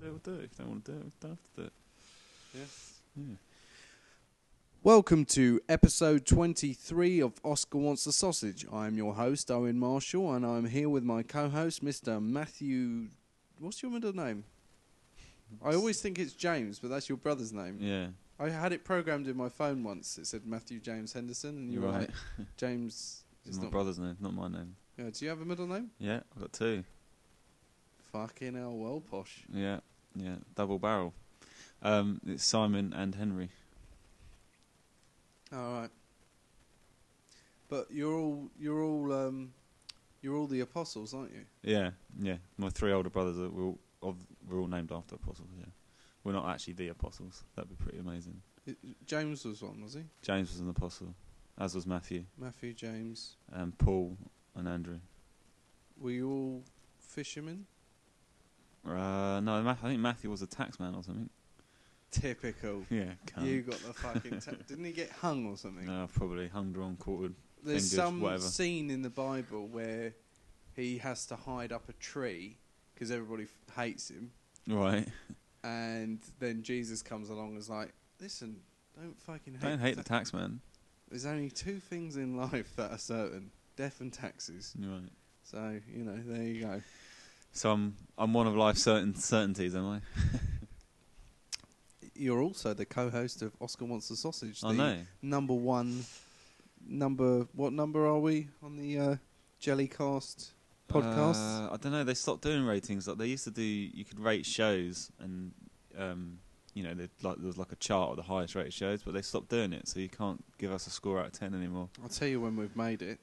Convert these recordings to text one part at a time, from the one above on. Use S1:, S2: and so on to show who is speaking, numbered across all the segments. S1: They'll do it if they want to do it. They have to do it.
S2: Yes.
S3: Welcome to episode 23 of Oscar Wants a Sausage. I am your host, Owen Marshall, and I'm here with my co host, Mr. Matthew. What's your middle name? I always think it's James, but that's your brother's name.
S1: Yeah.
S3: I had it programmed in my phone once. It said Matthew James Henderson, and you were
S1: Right.
S3: like, James.
S1: It's
S3: It's
S1: my
S3: not.
S1: brother's name, not my name.
S3: Yeah, do you have a middle name?
S1: Yeah, I've got two.
S3: Fucking hell, well, posh.
S1: Yeah, yeah, double barrel. Um, it's Simon and Henry.
S3: All right. But you're all you're all um, you're all the apostles, aren't you?
S1: Yeah, yeah. My three older brothers are we're all, of, we're all named after apostles. Yeah, we're not actually the apostles. That'd be pretty amazing.
S3: It- James was one, was he?
S1: James was an apostle, as was Matthew
S3: Matthew James.
S1: and Paul and Andrew.
S3: Were you all fishermen?
S1: Uh, no, Ma- I think Matthew was a taxman or something.
S3: Typical.
S1: Yeah, cunt.
S3: You got the fucking. Ta- didn't he get hung or something?
S1: no, probably hung, drawn, quartered.
S3: There's
S1: Fingers,
S3: some
S1: whatever.
S3: scene in the Bible where he has to hide up a tree because everybody f- hates him,
S1: Right.
S3: and then Jesus comes along and is like, "Listen, don't fucking hate.
S1: Don't hate the
S3: ta-
S1: taxman.
S3: There's only two things in life that are certain: death and taxes.
S1: Right.
S3: So you know, there you go.
S1: So I'm I'm one of life's certain certainties, am I?
S3: You're also the co-host of Oscar Wants a Sausage.
S1: I
S3: the
S1: know.
S3: Number one, number what number are we on the uh, Jellycast podcast?
S1: Uh, I don't know. They stopped doing ratings. Like they used to do. You could rate shows, and um, you know, they'd like there was like a chart of the highest rated shows, but they stopped doing it. So you can't give us a score out of ten anymore.
S3: I'll tell you when we've made it,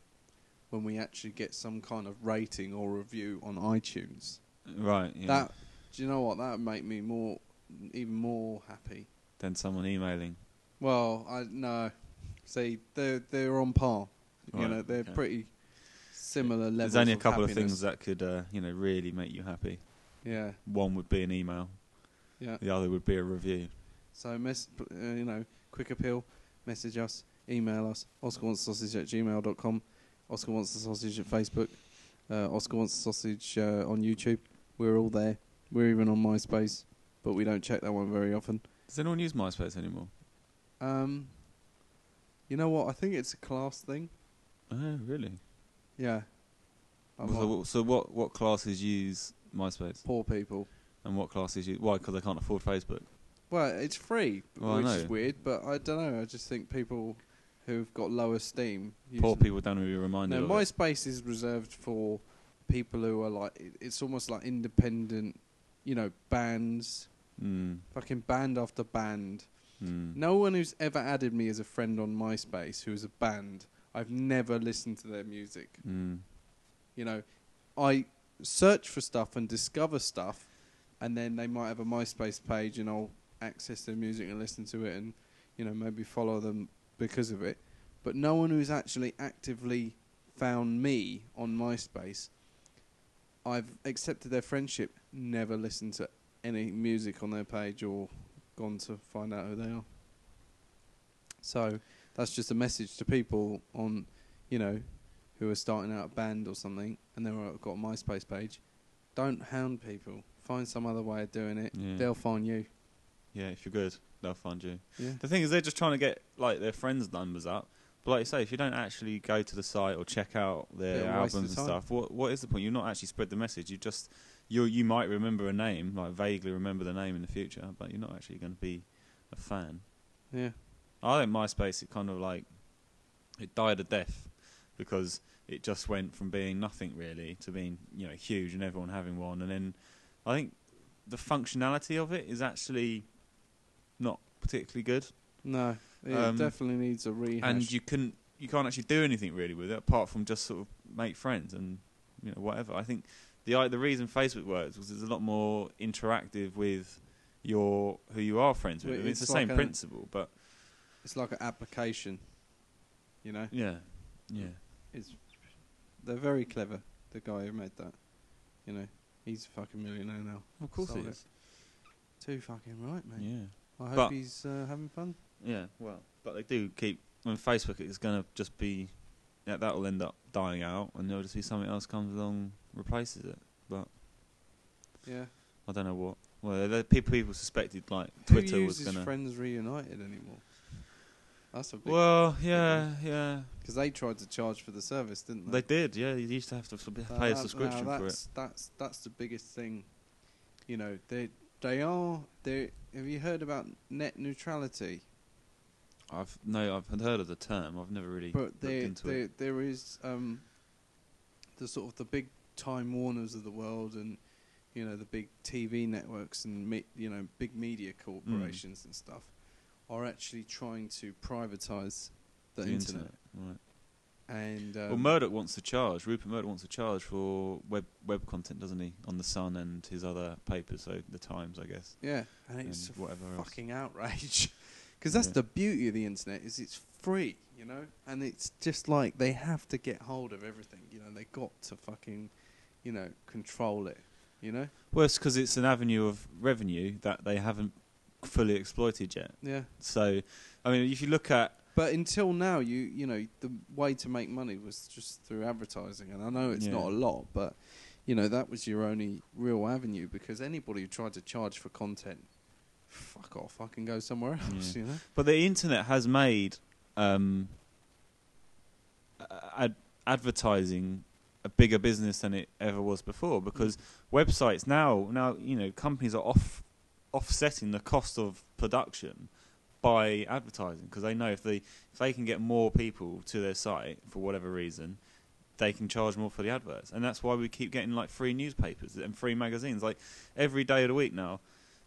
S3: when we actually get some kind of rating or review on iTunes.
S1: Right. Yeah.
S3: That, do you know what? That would make me more, even more happy.
S1: then someone emailing.
S3: Well, I no, see, they're they're on par. You
S1: Right,
S3: know, they're
S1: okay.
S3: pretty similar levels.
S1: There's only a
S3: of
S1: couple of
S3: happiness.
S1: things that could uh, you know really make you happy.
S3: Yeah,
S1: One would be an email.
S3: yeah.
S1: The other would be a review.
S3: So, mess, uh, you know, quick appeal, message us, email us, Oscar wants sausage at gmail.com, Oscar wants the sausage at Facebook, uh, Oscar wants the sausage uh, on YouTube. We're all there. We're even on MySpace, but we don't check that one very often.
S1: Does anyone use MySpace anymore?
S3: Um, you know what? I think it's a class thing.
S1: Oh, really?
S3: Yeah. I
S1: So,
S3: might-
S1: what- so what what classes use MySpace
S3: poor people.
S1: and what classes use why? Because they can't afford Facebook.
S3: Well, it's free,
S1: Well, I
S3: which is
S1: know.
S3: weird, but I don't know. I just think people who've got low esteem.
S1: Poor
S3: usually-
S1: people don't really remind
S3: No,
S1: them.
S3: MySpace is reserved for people who are like it- it's almost like independent, you know, bands,
S1: Mm,
S3: fucking band after band.
S1: mm.
S3: No one who's ever added me as a friend on MySpace who is a band, I've never listened to their music.
S1: Mm.
S3: You know, I search for stuff and discover stuff, and then they might have a MySpace page, and I'll access their music and listen to it, and you know maybe follow them because of it. But no one who's actually actively found me on MySpace, I've accepted their friendship, never listened to any music on their page or gone to find out who they are. So that's just a message to people on, you know, who are starting out a band or something and they've got a MySpace page. Don't hound people. Find some other way of doing it.
S1: Yeah.
S3: They'll find you.
S1: Yeah, if you're good, they'll find you.
S3: Yeah.
S1: The thing is, they're just trying to get like their friends' numbers up. But like you say, if you don't actually go to the site or check out their
S3: Yeah,
S1: albums
S3: waste
S1: and
S3: of time.
S1: stuff, what what is the point? You're not actually spread the message. You just you you might remember a name, like vaguely remember the name in the future, but you're not actually going to be a fan.
S3: Yeah.
S1: I think MySpace it kind of like it died a death because it just went from being nothing really to being you know huge and everyone having one, and then I think the functionality of it is actually not particularly good,
S3: No. It
S1: Um,
S3: definitely needs a rehash.
S1: and you couldn't you can't actually do anything really with it apart from just sort of make friends and you know whatever. I think the i- the reason Facebook works was it's a lot more interactive with your who you are friends with.
S3: Well,
S1: I mean, it's,
S3: it's
S1: the
S3: like
S1: same
S3: a-
S1: principle, but
S3: it's like an application. You know?
S1: yeah, yeah.
S3: It's they're very clever. The guy who made that, you know, he's a fucking millionaire now.
S1: Of
S3: course it Sold is. Too fucking right, mate.
S1: Yeah.
S3: I hope
S1: But-
S3: he's uh, having fun.
S1: Yeah, well, but they do keep on Facebook. It's going to just be yeah, that will end up dying out, and there'll just be something else comes along replaces it. But
S3: Yeah.
S1: I don't know what. Well, the people people suspected like Twitter
S3: Who
S1: was
S3: uses
S1: gonna.
S3: Friends Reunited anymore? That's a big
S1: Well, yeah, yeah,
S3: because they tried to charge for the service, didn't
S1: they
S3: they?
S1: did. Yeah, you used to have to sub-
S3: Uh,
S1: pay a
S3: that-
S1: subscription
S3: now
S1: for it.
S3: that's, That's that's the biggest thing. You know they they are they. Have you heard about net neutrality?
S1: I've no, I've heard of the term. I've never really
S3: But
S1: looked
S3: there
S1: into
S3: there
S1: it.
S3: there is um the sort of the big Time Warners of the world and you know the big TV networks and me, you know big media corporations and stuff are actually trying to privatize the, internet.
S1: Right.
S3: and um,
S1: well, Murdoch wants to charge. Rupert Murdoch wants to charge for web web content, doesn't he? On the Sun and his other papers, so the Times, I guess.
S3: Yeah, and it's
S1: and
S3: a
S1: whatever else.
S3: fucking outrage. Because that's
S1: Yeah.
S3: the beauty of the internet is it's free, you know, and it's just like they have to get hold of everything, you know. They got to fucking, you know, control it, you know.
S1: Well, it's because it's an avenue of revenue that they haven't fully exploited yet.
S3: Yeah.
S1: So, I mean, if you look at
S3: But until now, you you know, the way to make money was just through advertising, and I know it's
S1: Yeah.
S3: not a lot, but you know that was your only real avenue because anybody who tried to charge for content, fuck off, I can go somewhere else, you know.
S1: But the internet has made um, a- ad- advertising a bigger business than it ever was before because websites now now you know companies are off offsetting the cost of production by advertising because they know if they if they can get more people to their site for whatever reason they can charge more for the adverts and that's why we keep getting like free newspapers and free magazines like every day of the week now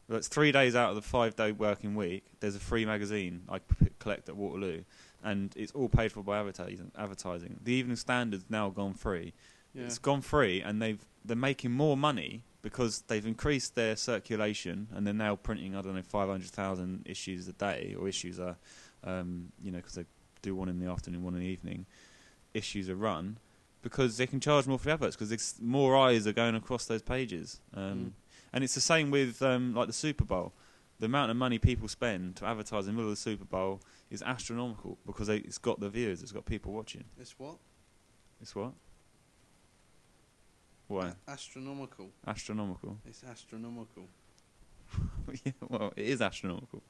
S1: well, it's three days out of the five day working week. There's a free magazine I p- collect at Waterloo, and it's all paid for by advertising. Advertising. The Evening Standard's now gone free.
S3: Yeah.
S1: It's gone free, and they've they're making more money because they've increased their circulation, and they're now printing I don't know 500,000 issues a day or issues a, um, you know, because they do one in the afternoon, one in the evening. Issues a run because they can charge more for the adverts because more eyes are going across those pages. Um,
S3: Mm.
S1: and it's the same with um, like the Super Bowl. The amount of money people spend to advertise in the middle of the Super Bowl is astronomical because they, it's got the viewers, it's got people watching.
S3: It's what?
S1: It's what? Why?
S3: A- astronomical.
S1: Astronomical.
S3: It's astronomical.
S1: yeah, well, it is astronomical.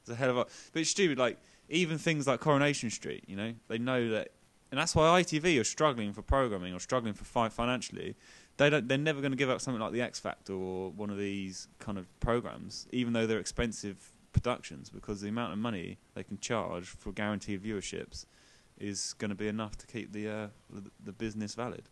S1: It's a hell of a. But it's stupid. Like even things like Coronation Street, you know, they know that, and that's why ITV are struggling for programming or struggling for fi- financially. They don't. They're never going to give up something like the X Factor or one of these kind of programs, even though they're expensive productions, because the amount of money they can charge for guaranteed viewerships is going to be enough to keep the uh, the- the business valid.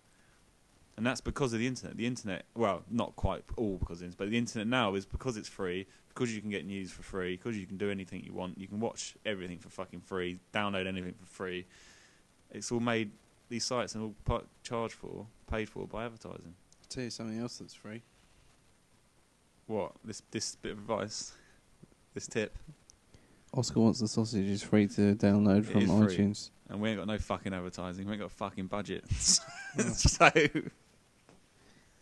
S1: And that's because of the internet. The internet, well, not quite all because of the internet, but the internet now is because it's free, because you can get news for free, because you can do anything you want, you can watch everything for fucking free, download anything for free. It's all made, these sites are all pa- charged for, paid for by advertising.
S3: I'll tell you something else that's free.
S1: What? This, this bit of advice, this tip,
S3: Oscar wants the sausage is free to download
S1: It
S3: from
S1: is free.
S3: iTunes.
S1: and we ain't got no fucking advertising, we ain't got a fucking budget.
S3: Yeah.
S1: so,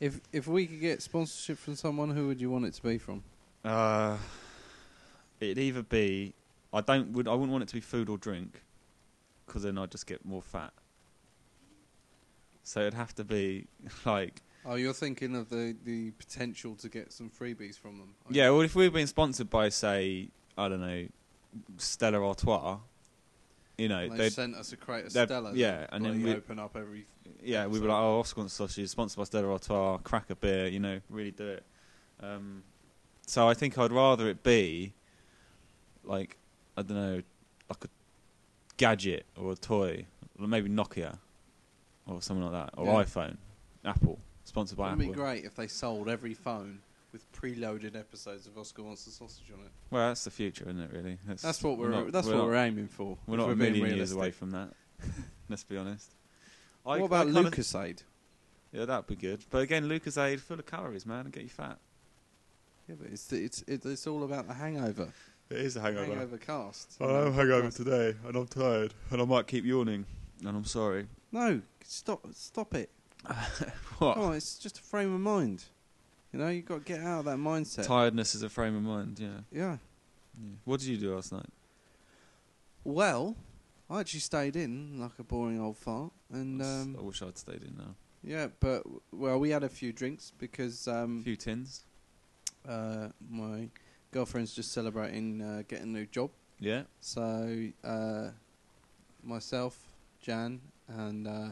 S3: If if we could get sponsorship from someone, who would you want it to be from?
S1: uh, it'd either be, I don't, would, I wouldn't want it to be food or drink, because then I'd just get more fat. So it'd have to be like
S3: Oh, you're thinking of the, the potential to get some freebies from them. aren't
S1: Yeah,
S3: you?
S1: well, if we were being sponsored by, say, I don't know, Stella Artois, you know,
S3: And they
S1: they'd,
S3: sent us a crate of
S1: they'd-
S3: Stella.
S1: yeah,
S3: that
S1: and then
S3: bloody
S1: we-
S3: open up every.
S1: yeah, we'd be like, oh, Oscar wants sausage, sponsored by Stella Artois, cracker beer, you know, really do it. Um, so I think I'd rather it be like, I don't know, like a gadget or a toy, or maybe Nokia or something like that, or
S3: Yeah.
S1: iPhone, Apple, sponsored by
S3: Wouldn't
S1: Apple.
S3: it be great if they sold every phone with preloaded episodes of Oscar wants the sausage on it.
S1: Well, that's the future, isn't it, really? That's,
S3: That's what we're,
S1: not-
S3: that's what
S1: not-
S3: we're aiming for.
S1: We're
S3: if
S1: not a
S3: being
S1: million years
S3: realistic.
S1: away from that. Let's be honest. I,
S3: What about
S1: I kinda-
S3: LucasAid?
S1: Yeah, that'd be good. But again, LucasAid full of calories, man, and get you fat.
S3: Yeah, but it's it's it's, it's all about the hangover.
S1: It is a
S3: Hangover cast. you know,
S1: I'm hangover
S3: podcast.
S1: today, and I'm tired, and I might keep yawning, and I'm sorry.
S3: No, stop, stop it. Come
S1: What?
S3: on, it's just a frame of mind. You know, you've got to get out of that mindset.
S1: Tiredness is a frame of mind. Yeah.
S3: yeah.
S1: yeah. What did you do last night?
S3: Well, I actually stayed in like a boring old fart, and um,
S1: I wish I'd stayed in now.
S3: Yeah, but well, we had a few drinks because
S1: A
S3: um,
S1: few tins.
S3: uh, my girlfriend's just celebrating uh, getting a new job.
S1: Yeah.
S3: So uh, myself, Jan, and uh,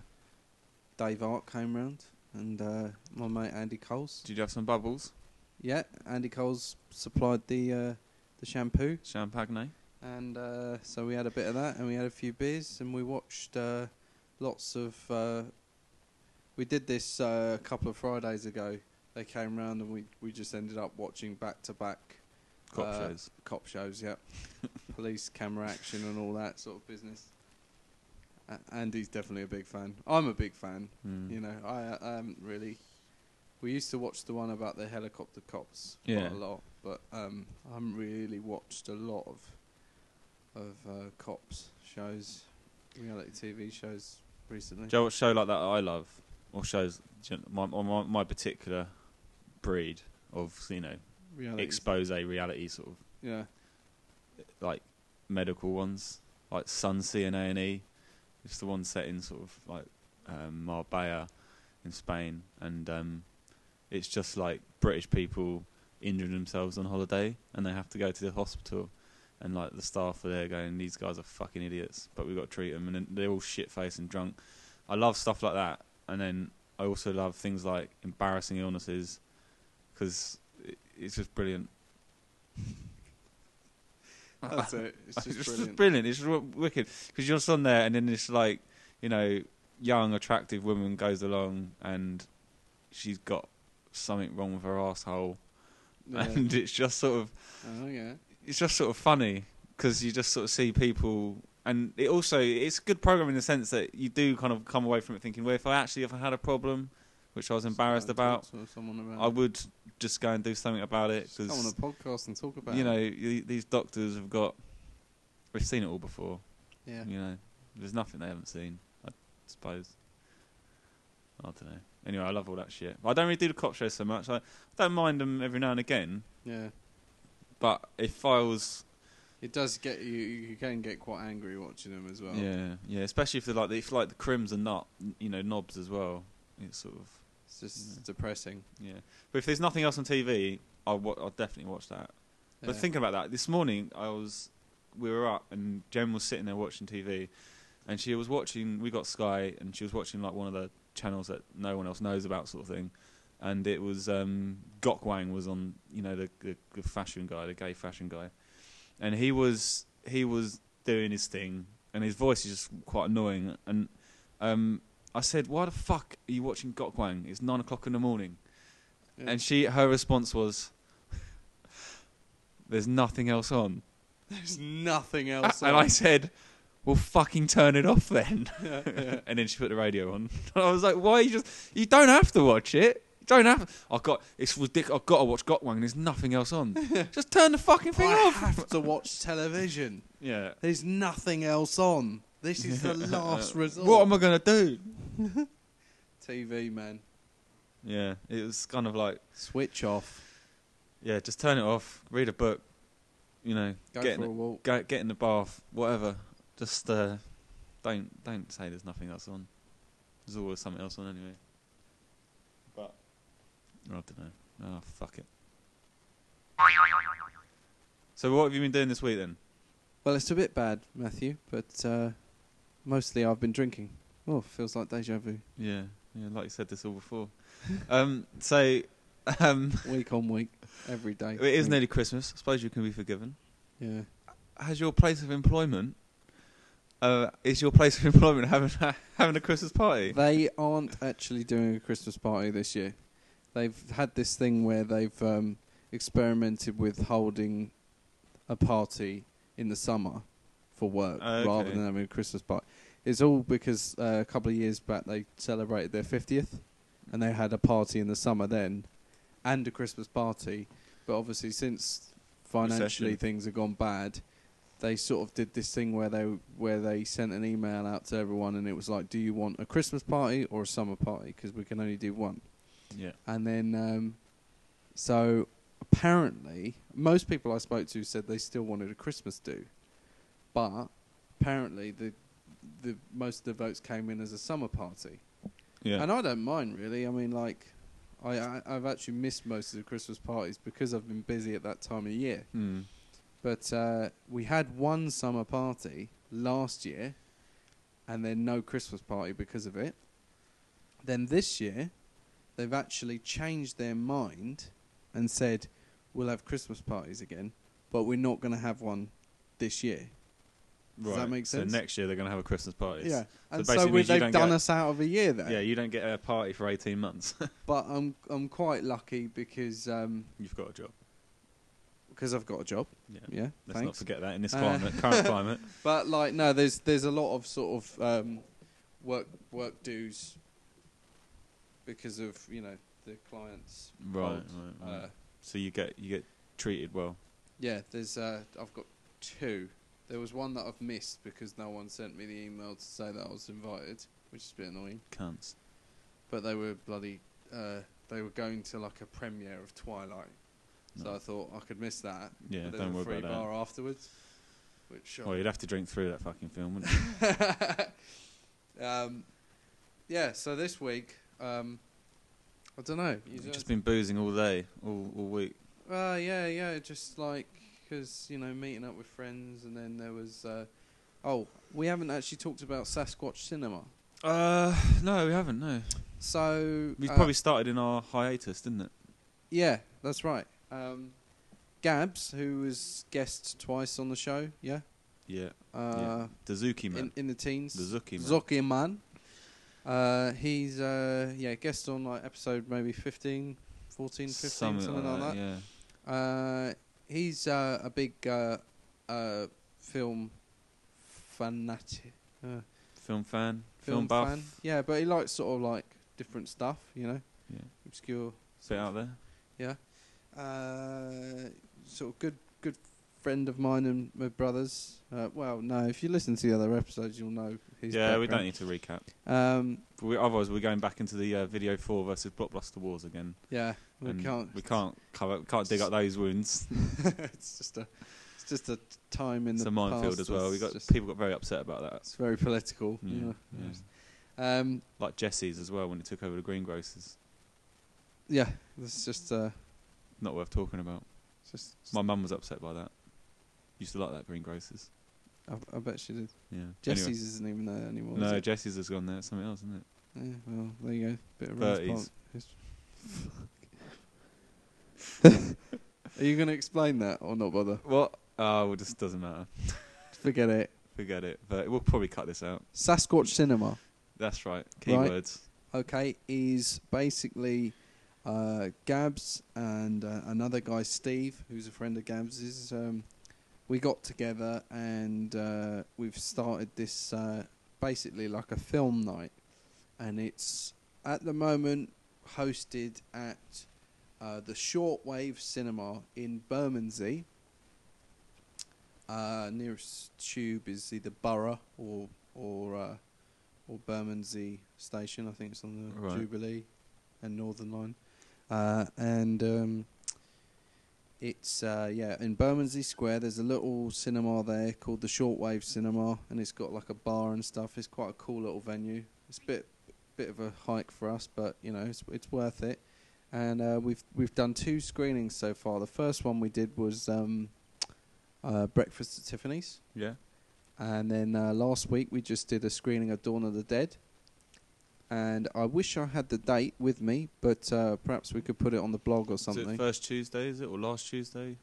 S3: Dave Art came round, and uh, my mate Andy Coles.
S1: Did you have some bubbles?
S3: Yeah, Andy Coles supplied the uh, the shampoo,
S1: Champagne.
S3: and uh, so we had a bit of that, and we had a few beers, and we watched uh, lots of. Uh, we did this uh, a couple of Fridays ago. They came round, and we we just ended up watching back to back
S1: Cop
S3: Uh,
S1: shows.
S3: cop shows, yeah. Police camera action and all that sort of business. A- Andy's definitely a big fan. I'm a big fan.
S1: Mm.
S3: You know, I, uh, I haven't really. We used to watch the one about the helicopter cops
S1: Yeah.
S3: quite a lot, but um, I haven't really watched a lot of of uh, cops shows, reality TV shows recently.
S1: Do you know what show like that I love, or shows gen- my my- my, my particular breed of you know
S3: reality,
S1: expose reality sort of
S3: yeah,
S1: like medical ones, like Sunsea and A and E. It's the one set in sort of like um, Marbella in Spain, and um, it's just like British people injuring themselves on holiday, and they have to go to the hospital, and like the staff are there going, "These guys are fucking idiots," but we've got to treat them, and then they're all shit faced and drunk. I love stuff like that, and then I also love things like embarrassing illnesses, because it's just brilliant.
S3: that's it. It's
S1: It's
S3: just
S1: just
S3: brilliant.
S1: brilliant. It's w- wicked because you're just on there, and then this like you know young, attractive woman goes along, and she's got something wrong with her asshole, and it's just sort of
S3: yeah. Oh yeah,
S1: it's just sort of funny because you just sort of see people, and it also it's a good program in the sense that you do kind of come away from it thinking, well, if I actually if I had a problem, which I was embarrassed about,
S3: Talk to someone about
S1: I would just go and do something about it
S3: Come on a
S1: because
S3: podcast and talk about
S1: you
S3: it.
S1: know y- these doctors have got we've seen it all before.
S3: Yeah.
S1: You know, there's nothing they haven't seen, I suppose. I don't know. Anyway, I love all that shit. But I don't really do the cop shows so much. I don't mind them every now and again.
S3: Yeah.
S1: But if I was,
S3: It does get you. You can get quite angry watching them as well.
S1: yeah, yeah, especially if they're like, if like the crims are not, you know, knobs as well. It's sort of,
S3: It's just
S1: Yeah.
S3: depressing.
S1: yeah. But if there's nothing else on TV, I'll, wa- I'll definitely watch that. But
S3: Yeah.
S1: think about that. This morning, I was we were up and Jen was sitting there watching TV, and she was watching. We got Sky, and she was watching like one of the channels that no one else knows about, sort of thing. And it was um, Gokwang was on, you know, the, the the fashion guy, the gay fashion guy, and he was he was doing his thing, and his voice is just quite annoying. And um, I said, "Why the fuck are you watching Gokwang? It's nine o'clock in the morning."
S3: Yeah.
S1: And she, her response was, "There's nothing else on."
S3: there's nothing else.
S1: and
S3: on.
S1: I said, "Well, fucking turn it off then."
S3: yeah, yeah.
S1: and then she put the radio on. And I was like, "Why you just? You don't have to watch it. You don't have. I got it's ridiculous. I've got to watch Got One. There's nothing else on. just turn the fucking thing
S3: I
S1: off."
S3: have to watch television.
S1: Yeah.
S3: There's nothing else on. This is the last resort.
S1: Uh, What am I gonna do?
S3: TV man,
S1: Yeah, it was kind of like,
S3: switch off.
S1: yeah, just turn it off. Read a book. You know,
S3: Go
S1: get in
S3: for
S1: the-
S3: a walk.
S1: go get in the bath, whatever. Just uh, don't don't say there's nothing else on. There's always something else on anyway. But I don't know. Oh fuck it. So what have you been doing this week then?
S3: Well, it's a bit bad, Matthew, but uh, mostly I've been drinking. Oh, feels like deja vu.
S1: Yeah, yeah, like you said this all before. um, so um,
S3: Week on week, every day.
S1: it is nearly Christmas. I suppose you can be forgiven.
S3: Yeah.
S1: Has your place of employment? Uh, is your place of employment having having a Christmas party?
S3: They aren't actually doing a Christmas party this year. They've had this thing where they've um, experimented with holding a party in the summer for work
S1: Okay.
S3: rather than having a Christmas party. It's all because uh, a couple of years back they celebrated their 50th and they had a party in the summer then and a Christmas party. But obviously, since financially
S1: Recession.
S3: things have gone bad, they sort of did this thing where they where they sent an email out to everyone and it was like, "Do you want a Christmas party or a summer party? Because we can only do one."
S1: yeah.
S3: And then, um, so apparently, most people I spoke to said they still wanted a Christmas do, but apparently the the most of the votes came in as a summer party.
S1: Yeah.
S3: And I don't mind really. I mean, like, I, I I've actually missed most of the Christmas parties because I've been busy at that time of year.
S1: Mm.
S3: But uh, we had one summer party last year, and then no Christmas party because of it. Then this year, they've actually changed their mind and said we'll have Christmas parties again, but we're not going to have one this year. Does that make sense?
S1: So next year they're going to have a Christmas party.
S3: yeah, and so
S1: basically
S3: we,
S1: means you
S3: they've
S1: don't
S3: done
S1: get-
S3: us out of a year there.
S1: Yeah, you don't get a party for 18 months.
S3: But I'm I'm quite lucky because um,
S1: You've got a job.
S3: because I've got a job.
S1: Yeah.
S3: Yeah,
S1: Let's not
S3: thanks.
S1: forget that in this
S3: Uh,
S1: climate, current climate.
S3: But like, no, there's there's a lot of sort of um, work work dues because of you know the clients.
S1: Right,
S3: old,
S1: right, right.
S3: Uh,
S1: so you get you get treated well.
S3: yeah, there's uh, I've got two. There was one that I've missed because no one sent me the email to say that I was invited, which is a bit annoying.
S1: Cunts.
S3: But they were bloody. Uh, they were going to like a premiere of Twilight, so I
S1: Nice.
S3: thought I could miss that.
S1: Yeah,
S3: but there's
S1: don't
S3: a
S1: worry
S3: free
S1: about that.
S3: bar afterwards, which shocked
S1: Well, you'd have to drink through that fucking film, wouldn't you?
S3: um, yeah, so this week, um, I don't know.
S1: You've just been boozing all day, all, all week.
S3: uh, yeah, yeah, just like because you know meeting up with friends, and then there was. Uh, oh, we haven't actually talked about Sasquatch cinema,
S1: Uh, no, we haven't. No,
S3: so
S1: we
S3: uh,
S1: probably started in our hiatus, didn't it?
S3: yeah, that's right. Um, Gabs, who was guest twice on the show, yeah,
S1: Yeah,
S3: uh,
S1: the Zuki man,
S3: in, in the teens,
S1: the Zuki man.
S3: Zoki Man. Uh, he's uh, yeah, guest on like episode maybe 15, 14, 15, something, like, that.
S1: Yeah.
S3: Uh, he's uh, a big uh, uh, film fanatic, uh,
S1: Film fan,
S3: film,
S1: film, buff.
S3: fan. Yeah, but he likes sort of like different stuff, you know,
S1: Yeah,
S3: obscure.
S1: bit out there.
S3: Yeah, uh, sort of good, good friend of mine and my brothers. Uh, well, no, if you listen to the other episodes, you'll know. His
S1: yeah, we don't e-
S3: background.
S1: need to recap.
S3: Um,
S1: We, otherwise, we're going back into the uh, video four versus blockbuster wars again.
S3: yeah, we
S1: and
S3: can't.
S1: We can't cover. Can't dig up those wounds.
S3: it's just a it's just a time in
S1: it's
S3: the
S1: a minefield
S3: past
S1: as well. We
S3: that's
S1: got
S3: just-
S1: people got very upset about that.
S3: It's very political.
S1: Yeah,
S3: you know.
S1: yeah.
S3: Um,
S1: Like Jesse's as well when it took over the greengrocers.
S3: yeah, it's just uh,
S1: Not worth talking about.
S3: it's just.
S1: My mum was upset by that. Used to like that greengrocers.
S3: I, I bet she did.
S1: Yeah.
S3: Jesse's
S1: Anyway.
S3: isn't even there anymore.
S1: No,
S3: is it?
S1: Jesse's has gone there. It's something else, isn't it?
S3: yeah, well, there you go. Bit of
S1: Thirties.
S3: Rose Park. Are you going to explain that or not bother?
S1: What? Oh, it just doesn't matter.
S3: Forget it.
S1: Forget it. But we'll probably cut this out.
S3: Sasquatch Cinema.
S1: That's right.
S3: Right.
S1: Keywords.
S3: okay, is basically uh, Gabs and uh, another guy, Steve, who's a friend of Gabs's. Um, we got together and uh, we've started this uh, basically like a film night, and it's at the moment hosted at uh, the Shortwave Cinema in Bermondsey. Uh, nearest tube is either Borough or or uh, or Bermondsey Station. I think it's on the
S1: Right.
S3: Jubilee and Northern Line, uh, and um, it's uh, yeah in Bermondsey Square. There's a little cinema there called the Shortwave Cinema, and it's got like a bar and stuff. It's quite a cool little venue. It's a bit bit of a hike for us, but you know it's it's worth it. And uh, we've we've done two screenings so far. The first one we did was um, uh, Breakfast at Tiffany's.
S1: Yeah.
S3: And then uh, last week we just did a screening of Dawn of the Dead. And I wish I had the date with me, but uh, perhaps we could put it on the blog or
S1: Is it
S3: something.
S1: first Tuesday, is it? Or last Tuesday?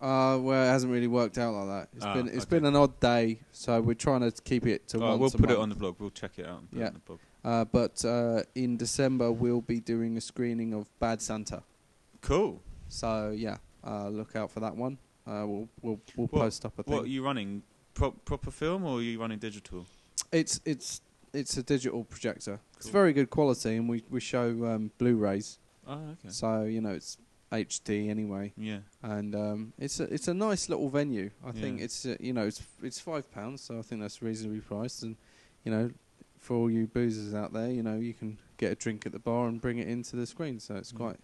S3: Uh, well, it hasn't really worked out like that. It's
S1: Ah,
S3: been it's
S1: okay.
S3: been an odd day, so we're trying to keep it to
S1: Oh,
S3: once
S1: we'll
S3: a
S1: put it
S3: month.
S1: on the blog. We'll check it out and put
S3: Yeah.
S1: it on the blog.
S3: Uh, but uh, in December we'll be doing a screening of Bad Santa.
S1: Cool.
S3: So yeah, uh, look out for that one. Uh, we'll we'll we'll
S1: What-
S3: post up a thing.
S1: What are you running? Pro- proper film or are you running digital?
S3: It's it's it's a digital projector. It's
S1: Cool.
S3: very good quality, and we we show um, Blu-rays,
S1: Oh, okay.
S3: so you know it's HD anyway.
S1: Yeah.
S3: And um, it's a it's a nice little venue. I think
S1: Yeah.
S3: it's uh, you know it's it's five pounds, so I think that's reasonably priced. And you know, for all you boozers out there, you know you can get a drink at the bar and bring it into the screen. So it's
S1: Mm.
S3: quite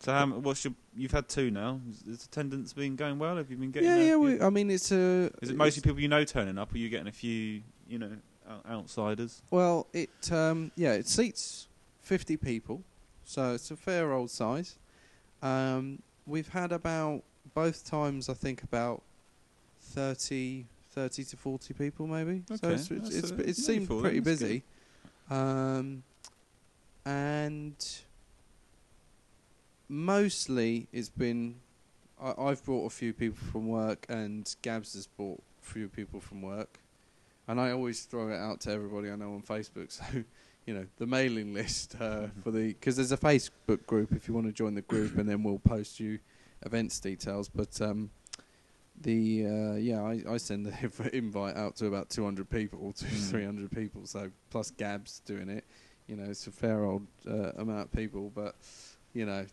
S1: So, how, m- what's your, you've had two now. Is- Has attendance been going well? Have you been getting
S3: yeah
S1: a-
S3: yeah.
S1: you-
S3: We, I mean it's a
S1: Is it
S3: it's-
S1: mostly people you know turning up, or you getting a few, you know, out- outsiders?
S3: Well, it um, yeah, it seats 50 people, so it's a fair old size. Um, we've had about, both times, I think, about 30, 30 to 40 people, maybe. so
S1: Okay,
S3: it's, it's,
S1: that's,
S3: it's,
S1: uh,
S3: it seemed
S1: meaningful then,
S3: pretty
S1: that's
S3: busy. Um, and mostly it's been I, I've brought a few people from work, and Gabs has brought a few people from work. And I always throw it out to everybody I know on Facebook. So, you know, the mailing list uh, for the because there's a Facebook group if you want to join the group, and then we'll post you events details. But um, the uh, yeah, I, I send the inv- invite out to about 200 people, to
S1: Mm.
S3: 300 people. So plus Gabs doing it, you know, it's a fair old uh, amount of people. But you know,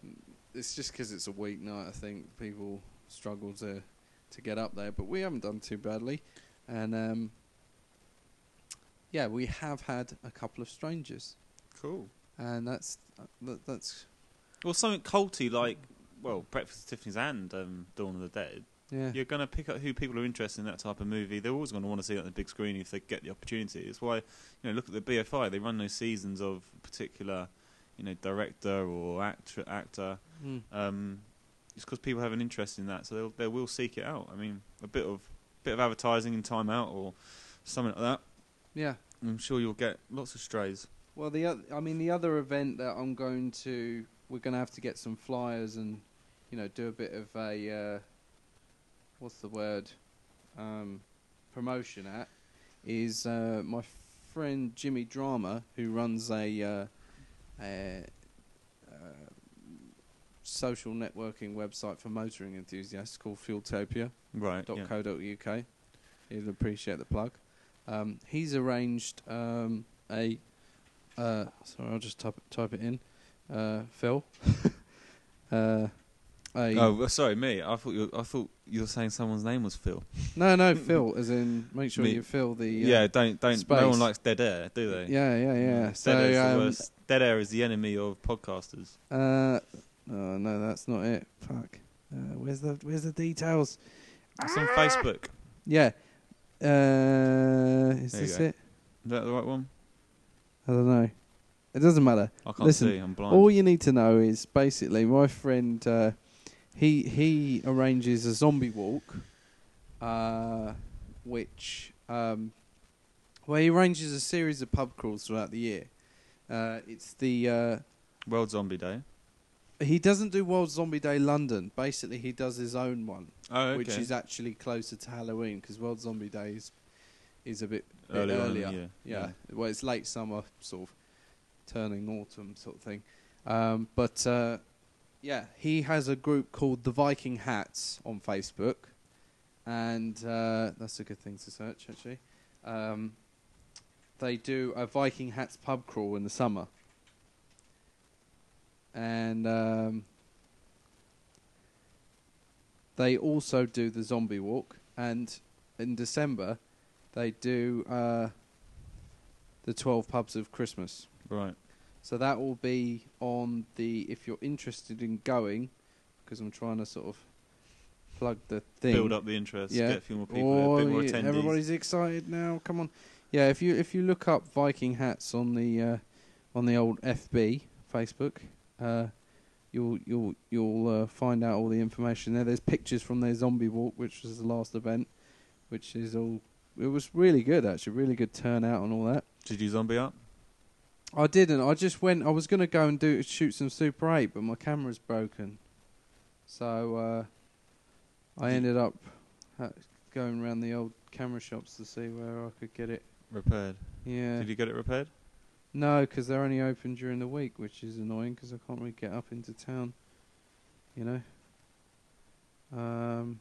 S3: it's just because it's a weeknight. I think people struggle to to get up there, but we haven't done too badly, and um, yeah, we have had a couple of strangers,
S1: Cool.
S3: and that's uh, that, that's
S1: Well, something culty like, well, Breakfast at Tiffany's and um, Dawn of the Dead.
S3: yeah.
S1: You're going to pick up who people are interested in that type of movie. They're always going to want to see it on the big screen if they get the opportunity. It's why, you know, look at the BFI. They run those seasons of particular, you know, director or actor. actor.
S3: Mm.
S1: Um, it's because people have an interest in that, so they'll, they will seek it out. I mean, a bit of bit of advertising in Time Out or something like that.
S3: yeah.
S1: I'm sure you'll get lots of strays.
S3: Well, the other, I mean, the other event that I'm going to, we're going to have to get some flyers and, you know, do a bit of a, uh, what's the word, um, promotion at, is uh, my friend Jimmy Drama, who runs a, uh, a, uh social networking website for motoring enthusiasts called Fueltopia
S1: Right. yeah.
S3: www.co.uk. He'd appreciate the plug. Um, he's arranged um, a. Uh, sorry, I'll just type it, type it in. Uh, Phil. uh, a
S1: Oh, well, sorry, me. I thought you. I thought you were saying someone's name was Phil.
S3: No, no, Phil, as in make sure
S1: Me-
S3: you fill the. Uh,
S1: Yeah, don't don't.
S3: space.
S1: No one likes dead air, do they?
S3: Yeah, yeah, yeah.
S1: Mm, dead, air's the
S3: So, um,
S1: worst. dead air is the enemy of podcasters.
S3: uh, oh, no, that's not it. Fuck. Uh, where's the Where's the details?
S1: It's on Facebook. Is
S3: Yeah. Uh, is
S1: There you
S3: this
S1: go.
S3: it?
S1: that the right one?
S3: I don't know. It doesn't matter.
S1: I can't
S3: Listen,
S1: see. I'm blind.
S3: All you need to know is basically my friend. Uh, he he arranges a zombie walk, uh, which um, well he arranges a series of pub crawls throughout the year. Uh, it's the uh,
S1: World Zombie Day.
S3: he doesn't do World Zombie Day London. Basically, he does his own one,
S1: Oh, okay.
S3: which is actually closer to Halloween because World Zombie Day is is a bit, bit
S1: Early on in the
S3: earlier.
S1: year.
S3: Yeah. Well, it's late summer, sort of turning autumn, sort of thing. Um, but uh, yeah, he has a group called the Viking Hats on Facebook, and uh, that's a good thing to search actually. Um, they do a Viking Hats pub crawl in the summer, and um, they also do the zombie walk. And in December, they do uh, the 12 pubs of Christmas.
S1: Right.
S3: So that will be on the if you're interested in going, because I'm trying to sort of plug the thing.
S1: Build up the interest.
S3: Yeah.
S1: Get a few more people. a bit more
S3: yeah,
S1: attendees.
S3: everybody's excited now. Come on, yeah. If you if you look up Viking hats on the uh, on the old FB Facebook, uh, you'll you'll you'll uh, find out all the information there. There's pictures from their zombie walk, which was the last event, which is all. It was really good actually, really good turnout and all that.
S1: Did you zombie up?
S3: I didn't. I just went. I was gonna go and do shoot some Super Eight, but my camera's broken, so uh, I
S1: You-
S3: ended up ha- going around the old camera shops to see where I could get it.
S1: Repaired.
S3: Yeah.
S1: Did you get it repaired?
S3: No, because they're only open during the week, which is annoying because I can't really get up into town. You know. Um,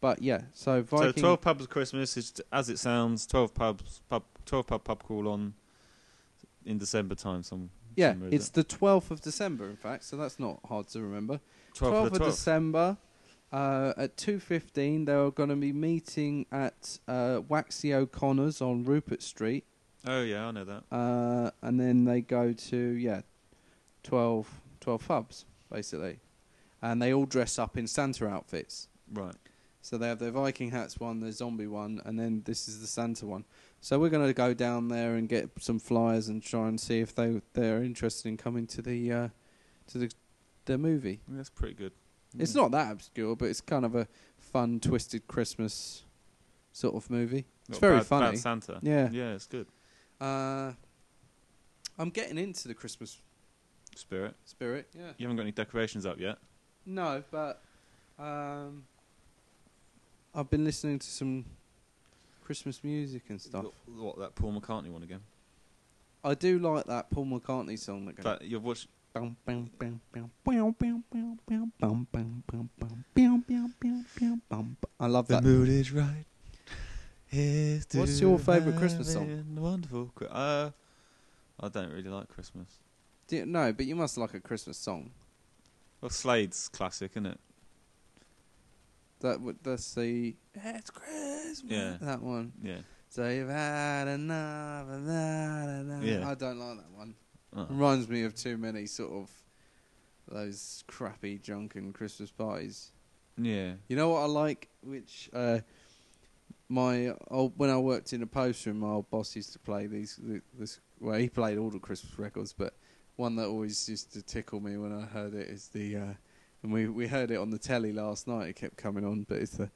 S3: but yeah. So Viking.
S1: So twelve pubs of Christmas is as it sounds. Twelve pubs. Pub. Twelve pub pub call on in December time. Some.
S3: yeah,
S1: somewhere, is
S3: it's the twelfth of December, in fact. So that's not hard to remember.
S1: it? 12th
S3: 12th
S1: of
S3: of
S1: the 12th.
S3: December uh, at 2.15, they are going to be meeting at uh, Waxy O'Connor's on Rupert Street.
S1: Oh yeah, I know that.
S3: Uh, and then they go to, yeah, 12, 12 pubs, basically. And they all dress up in Santa outfits.
S1: Right.
S3: So they have their Viking hats one, their zombie one, and then this is the Santa one. So we're going to go down there and get some flyers and try and see if they they're interested in coming to the uh, to the the movie.
S1: Yeah, that's pretty good.
S3: It's
S1: Yeah.
S3: not that obscure, but it's kind of a fun, twisted Christmas sort of movie. It's
S1: Not
S3: very
S1: bad,
S3: funny.
S1: Bad Santa.
S3: Yeah.
S1: Yeah, it's good.
S3: Uh, I'm getting into the Christmas
S1: Spirit.
S3: spirit. Yeah.
S1: You haven't got any decorations up yet.
S3: No, but um, I've been listening to some Christmas music and stuff.
S1: What that Paul McCartney one again?
S3: I do like that Paul McCartney song that goes.
S1: That you've watched.
S3: Bum, bum, bum, bum, bum, bum, bum, bum, bum, bum, bum, bum, bum, bum, bum, bum, bum. I love that.
S1: mood is right. Here's
S3: to What's your favourite Christmas song?
S1: having a Wonderful. Chri- Uh, I don't really like Christmas.
S3: Do you- No, but you must like a Christmas song.
S1: Well, Slade's classic, isn't it?
S3: That would that's the it's Christmas.
S1: Yeah.
S3: that one.
S1: Yeah.
S3: So you've had enough of that. enough.
S1: Yeah.
S3: I don't like that one.
S1: Oh.
S3: Reminds me of too many sort of those crappy drunken Christmas parties.
S1: Yeah.
S3: You know what I like, which uh, my old, when I worked in a post room, my old boss used to play these. th- This well, he played all the Christmas records, but one that always used to tickle me when I heard it is the, uh, and we we heard it on the telly last night. It kept coming on, but it's the,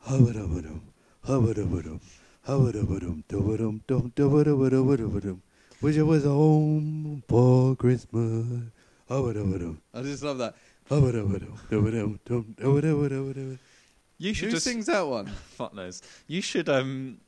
S3: hubba-dubba-dum, hubba-dubba-dum, hubba-dubba-dum, dubba-dum, dum, dubba-dubba-dubba-dubba-dum. Wish I was home for Christmas. Hubba-dubba-dum. I just love that. Hubba-dubba-dum, dubba-dum, dubba-dubba-dubba-dubba.
S1: You should
S3: Who
S1: just
S3: sings that one?
S1: fuck knows. You should um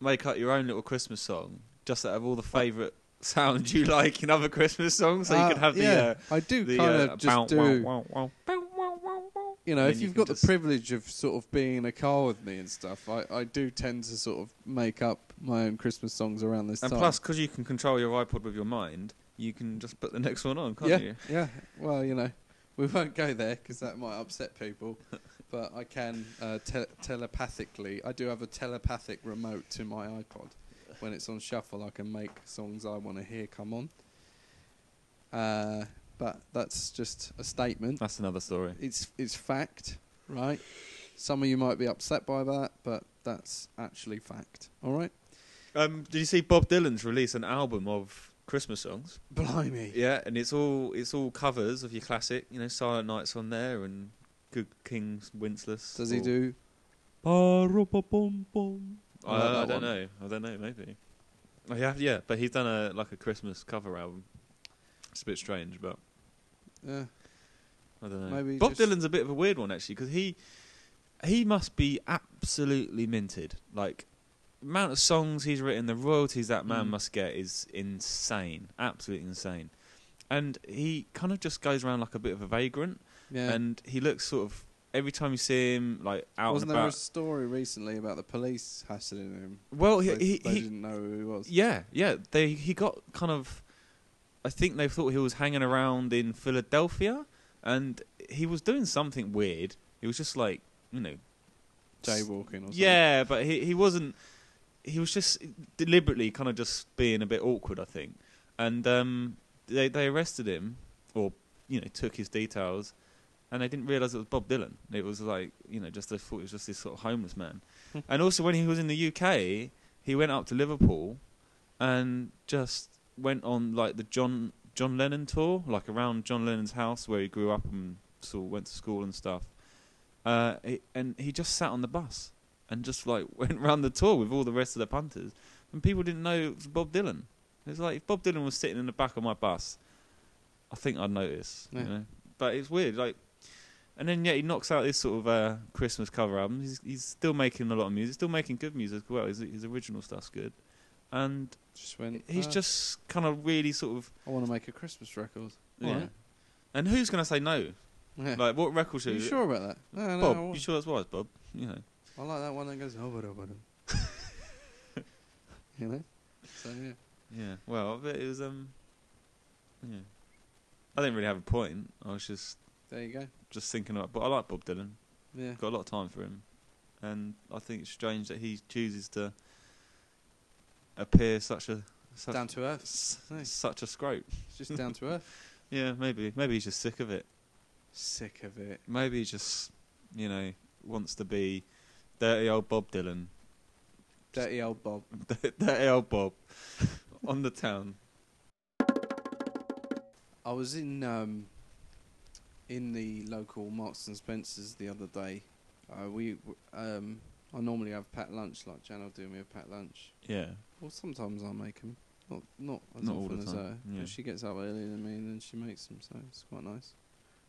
S1: make up your own little Christmas song, just out of all the favourite sounds you like in other Christmas songs, so
S3: Uh,
S1: you could have the
S3: yeah,
S1: uh,
S3: I do
S1: the
S3: kind
S1: uh,
S3: of just
S1: bounce,
S3: do.
S1: wow, wow, wow.
S3: You know,
S1: Then
S3: if
S1: you
S3: you've
S1: can
S3: got the
S1: just-
S3: privilege of sort of being in a car with me and stuff, I, I do tend to sort of make up my own Christmas songs around this
S1: And
S3: time.
S1: plus, because you can control your iPod with your mind, you can just put the next one on, can't
S3: yeah,
S1: you?
S3: yeah. Well, you know, we won't go there because that might upset people. but I can uh, te- telepathically. I do have a telepathic remote to my iPod. When it's on shuffle, I can make songs I want to hear come on. Uh, but that's just a statement.
S1: That's another story.
S3: it's it's fact, right? Some of you might be upset by that, but that's actually fact. All right,
S1: Um, did you see Bob Dylan's release an album of Christmas songs?
S3: blimey,
S1: Yeah, and it's all it's all covers of your classic. You know, Silent Night's on there, and Good King's Winceless.
S3: does he
S1: or-
S3: do?
S1: Uh,
S3: I like that
S1: I don't
S3: one.
S1: know. I don't know. Maybe. Oh, yeah, yeah, but he's done a like a Christmas cover album. It's a bit strange, but
S3: Yeah,
S1: I don't know.
S3: Maybe
S1: Bob
S3: just-
S1: Dylan's a bit of a weird one actually because he he must be absolutely minted. Like amount of songs he's written, the royalties that man
S3: Mm.
S1: must get is insane, absolutely insane. And he kind of just goes around like a bit of a vagrant,
S3: yeah.
S1: and he looks sort of every time you see him like out
S3: Wasn't
S1: and
S3: there a
S1: about.
S3: story recently about the police hassling him?
S1: well, Oh, he,
S3: they,
S1: he,
S3: they
S1: he
S3: didn't know who he was.
S1: Yeah, yeah. They he got kind of. I think they thought he was hanging around in Philadelphia, and he was doing something weird. He was just like you know,
S3: Jaywalking or something.
S1: yeah, but he he wasn't. He was just deliberately kind of just being a bit awkward, I think. And um, they they arrested him, or you know, took his details, and they didn't realize it was Bob Dylan. It was like you know, just they thought it was just this sort of homeless man.
S3: Hmm.
S1: and also, when he was in the UK, he went up to Liverpool, and just went on like the John John Lennon tour, like around John Lennon's house where he grew up and sort of went to school and stuff. Uh, he, and he just sat on the bus and just like went round the tour with all the rest of the punters, and people didn't know it was Bob Dylan. It was like if Bob Dylan was sitting in the back of my bus, I think I'd notice.
S3: Yeah.
S1: You know, but it's weird. Like, and then yeah, he knocks out this sort of uh, Christmas cover album. He's he's still making a lot of music, still making good music as well. His his original stuff's good, and
S3: Just went,
S1: he's
S3: "Ah,
S1: just kind of really sort of
S3: I want to make a Christmas record.
S1: yeah.
S3: Alright.
S1: And who's going to say no?
S3: Yeah.
S1: Like what record
S3: Are
S1: should
S3: you sure about that? No, no,
S1: Bob,
S3: I, wa-
S1: you sure that's wise, Bob? You know.
S3: I like that one that goes. Oh, but, oh, but, oh." you know. So yeah.
S1: Yeah. Well, I bet it was um. Yeah. I didn't really have a point. I was just
S3: There you go.
S1: just thinking about. But I like Bob Dylan.
S3: Yeah.
S1: I've got a lot of time for him, and I think it's strange that he chooses to appear such a such
S3: Down to earth.
S1: s-
S3: No.
S1: such a scrope.
S3: It's just down to earth.
S1: Yeah. Maybe. Maybe he's just sick of it.
S3: Sick of it.
S1: Maybe he's just you know wants to be dirty old Bob Dylan,
S3: Dirty old Bob.
S1: dirty old Bob, on the town.
S3: I was in um, in the local Marks and Spencers the other day. Uh, we w- um, I normally have packed lunch, like Jan will do me a packed lunch.
S1: Yeah,
S3: Well, sometimes I make 'em. Not not as
S1: Not all
S3: often
S1: the
S3: as her.
S1: time, yeah.
S3: But she gets up earlier than me, and then she makes them, so it's quite nice.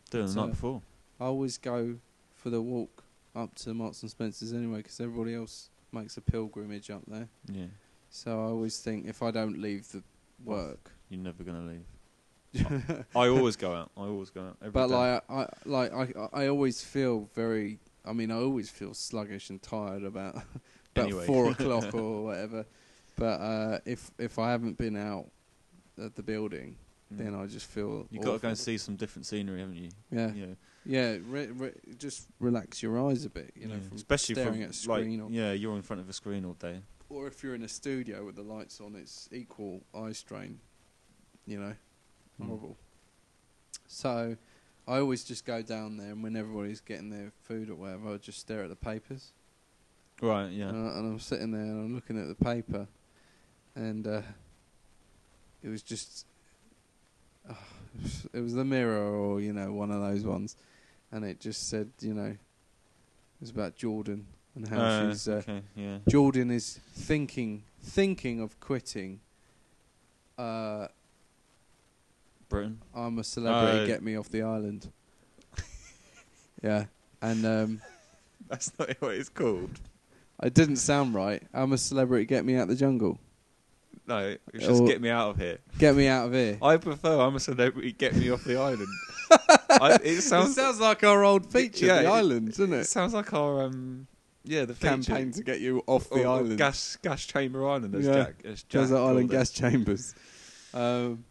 S1: Dylan the
S3: So-
S1: night before.
S3: I always go for the walk up to Marks and Spencers anyway, 'cause everybody else makes a pilgrimage up there.
S1: Yeah,
S3: So I always think if I don't leave the work,
S1: you're never gonna leave. I always go out. I always go out. every
S3: but
S1: day.
S3: like I, I like I, I always feel very. I mean, I always feel sluggish and tired about about
S1: Anyway.
S3: four o'clock or whatever. But uh, if if I haven't been out at the building,
S1: Mm.
S3: then I just feel
S1: You've got to go
S3: awful.
S1: and see some different scenery, haven't you?
S3: Yeah,
S1: Yeah.
S3: yeah. Re- re- just relax your eyes a bit, you know,
S1: Yeah.
S3: from
S1: especially
S3: staring
S1: from,
S3: at a screen
S1: like,
S3: or,
S1: yeah, you're in front of a screen all day.
S3: or if you're in a studio with the lights on, it's equal eye strain. You know,
S1: Mm.
S3: horrible. So, I always just go down there, and when everybody's getting their food or whatever, I just stare at the papers.
S1: Right. Yeah.
S3: And, I, and I'm sitting there and I'm looking at the paper, and uh, it was just, ah, it was- it was the mirror or you know one of those ones, and it just said you know, it was about Jordan and how
S1: Uh,
S3: she's uh,
S1: okay. Yeah.
S3: Jordan is thinking thinking of quitting. Uh,
S1: Britain.
S3: I'm a celebrity.
S1: Oh.
S3: get me off the island. yeah, and um,
S1: That's not what it's called.
S3: it didn't sound right. I'm a celebrity. Get me out the jungle.
S1: No, it's just
S3: Or-
S1: get me out of here.
S3: Get me out of here.
S1: I prefer I'm a celebrity, get me off the island. I, it sounds,
S3: it sounds like our old feature,
S1: Yeah,
S3: the
S1: it-
S3: island, doesn't
S1: it
S3: it?
S1: sounds like our um yeah the feature.
S3: Campaign to get you off
S1: Or-
S3: the
S1: or
S3: island.
S1: gas gas chamber island as
S3: Yeah.
S1: Jack as Jack
S3: Desert
S1: called
S3: Island
S1: it.
S3: Gas Chambers. Um,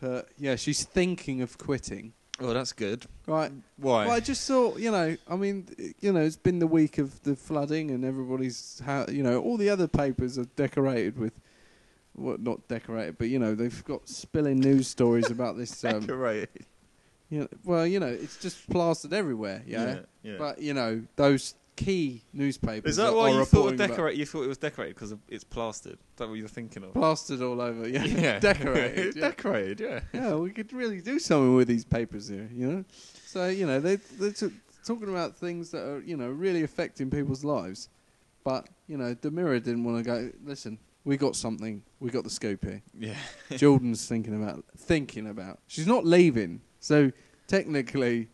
S3: but yeah, she's thinking of quitting.
S1: Oh, that's good.
S3: Right.
S1: Why?
S3: Well, I just thought, you know, I mean, you know, it's been the week of the flooding, and everybody's, ha- you know, all the other papers are decorated with, well, not decorated, but you know, they've got spilling news stories about this. Um,
S1: Decorated.
S3: you know, well, you know, it's just plastered everywhere. yeah.
S1: yeah.
S3: But you know those key newspapers.
S1: Is that
S3: are
S1: why you thought
S3: reporting
S1: of
S3: about-
S1: decorate? You thought it was decorated because it's plastered. Is that what you were thinking of?
S3: Plastered all over, yeah. Decorated. Yeah.
S1: decorated. Yeah.
S3: yeah, we could really do something with these papers here, you know. So you know they they're t- talking about things that are you know really affecting people's lives, but you know the Mirror didn't want to go. Listen, we got something. We got the scoop here.
S1: Yeah.
S3: Jordan's thinking about thinking about. She's not leaving, so technically,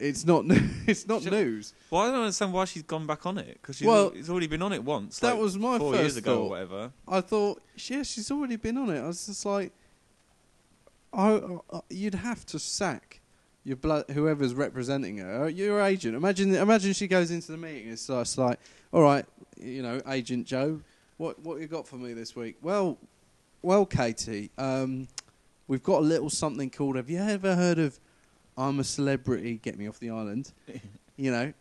S3: it's not it's not
S1: She-
S3: news.
S1: Well, I don't understand why she's gone back on it because
S3: Well,
S1: well, it's already been on it once.
S3: that
S1: like
S3: was my
S1: four
S3: first
S1: years ago or
S3: thought.
S1: whatever.
S3: I thought, yeah, she's already been on it. I was just like, I, I you'd have to sack your blood, whoever's representing her, your agent. Imagine, imagine she goes into the meeting. It's just like, all right, you know, agent Joe, what what you got for me this week? Well, well, Katie, um, we've got a little something called. Have you ever heard of? I'm a celebrity. Get me off the island. you know,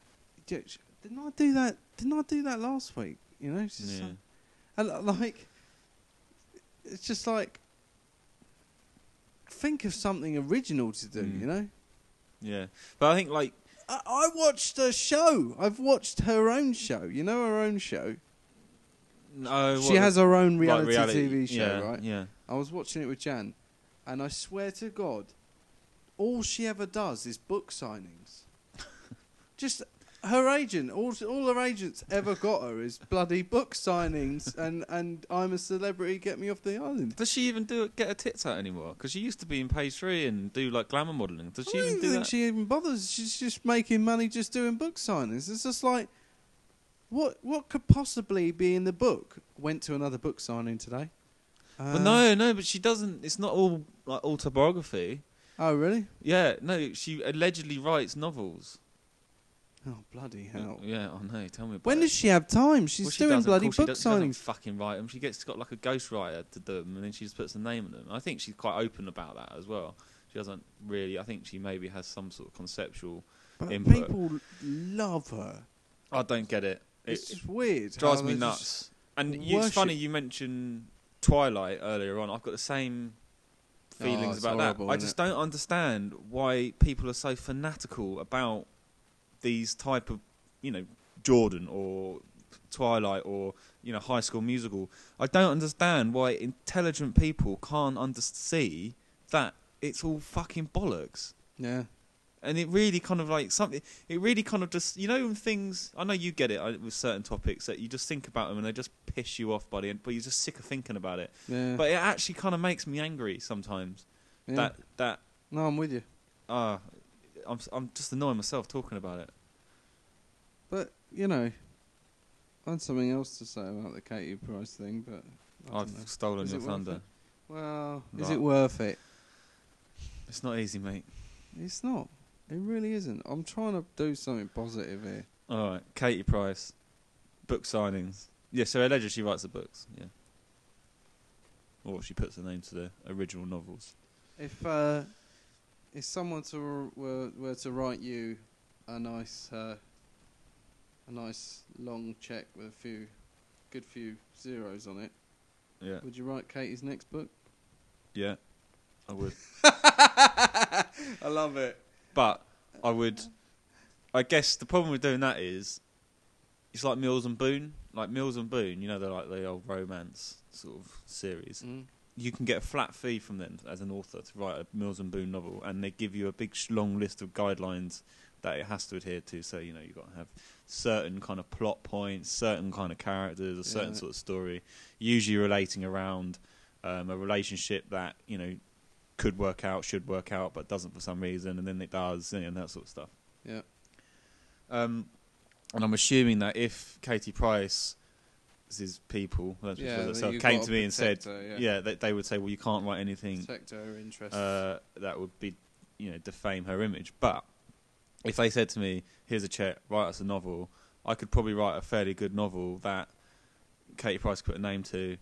S3: didn't I do that? Didn't I do that last week? You know, it's just
S1: Yeah.
S3: like- and uh, like, it's just like, think of something original to do.
S1: Mm.
S3: You know,
S1: Yeah. But I think like
S3: I, I watched a show. I've watched her own show. You know, her own show.
S1: no.
S3: she has her own reality, TV show,
S1: yeah,
S3: right?
S1: Yeah.
S3: I was watching it with Jan, and I swear to God, all she ever does is book signings. Just her agent, all all her agents ever got her is bloody book signings, and and I'm a celebrity, get me off the island.
S1: Does she even do get her tits out anymore? Because she used to be in page three and do like glamour modelling. Does she
S3: I don't
S1: even do
S3: think
S1: that?
S3: she even bothers. She's just making money just doing book signings. It's just like, what what could possibly be in the book? Went to another book signing today. Uh,
S1: well, no, no, but she doesn't. It's not all like autobiography.
S3: Oh really?
S1: Yeah, no, she allegedly writes novels.
S3: Oh bloody hell!
S1: Yeah, I know. Tell me. About
S3: When
S1: it.
S3: does she have time? She's
S1: Well, she
S3: doing
S1: doesn't. Of
S3: bloody
S1: course she
S3: book
S1: does- she doesn't
S3: signings.
S1: fucking write them. She gets got like a ghostwriter to do them, and then she just puts a name on them. I think she's quite open about that as well. She doesn't really. I think she maybe has some sort of conceptual.
S3: But
S1: input.
S3: people love her.
S1: I don't get it. It,
S3: It's just weird.
S1: it drives
S3: how
S1: me
S3: they just-
S1: nuts. And you, it's
S3: worship-
S1: funny you mentioned Twilight earlier on. I've got the same
S3: Oh,
S1: feelings
S3: it's
S1: about
S3: horrible,
S1: that. I
S3: isn't
S1: just
S3: it?
S1: don't understand why people are so fanatical about these type of you know Jordan or Twilight or you know High School Musical. I don't understand why intelligent people can't under- see that it's all fucking bollocks.
S3: Yeah.
S1: And it really kind of like something. It really kind of just you know when things. I know you get it I- with certain topics that you just think about them and they just piss you off by the end, but you're just sick of thinking about it.
S3: Yeah.
S1: But it actually kind of makes me angry sometimes.
S3: yeah.
S1: That that
S3: no, I'm with you.
S1: uh I'm s- I'm just annoying myself talking about it.
S3: But you know, I had something else to say about the Katie Price thing, but I
S1: I've
S3: don't know.
S1: stolen
S3: Is
S1: your
S3: it worth
S1: thunder.
S3: it? Well, is
S1: Right.
S3: it worth it?
S1: It's not easy, mate.
S3: It's not. It really isn't. I'm trying to do something positive here.
S1: All right, Katie Price, book signings. Yeah, so allegedly she writes the books. Yeah, or she puts her name to the original novels.
S3: If uh, if someone to were, were to write you a nice uh, a nice long check with a few good few zeros on it,
S1: Yeah,
S3: would you write Katie's next book?
S1: yeah, I would.
S3: I love it.
S1: but I would. I guess the problem with doing that is, it's like Mills and Boone. Like Mills and Boone, you know, they're like the old romance sort of series.
S3: Mm.
S1: You can get a flat fee from them as an author to write a Mills and Boone novel, and they give you a big sh- long list of guidelines that it has to adhere to. So you know you've got to have certain kind of plot points, certain kind of characters, a certain
S3: Yeah.
S1: sort of story, usually relating around um, a relationship that you know could work out, should work out, but doesn't for some reason, and then it does, you know, and that sort of stuff.
S3: Yeah.
S1: Um, and I'm assuming that if Katie Price, his people, that's
S3: Yeah,
S1: what
S3: that
S1: herself,
S3: you've
S1: came to
S3: got to
S1: me and said,
S3: protect her, yeah.
S1: they, they would say, well, you can't write anything
S3: Protect her interests.
S1: uh, that would be, you know, defame her image. But if they said to me, here's a check, write us a novel, I could probably write a fairly good novel that Katie Price put a name to,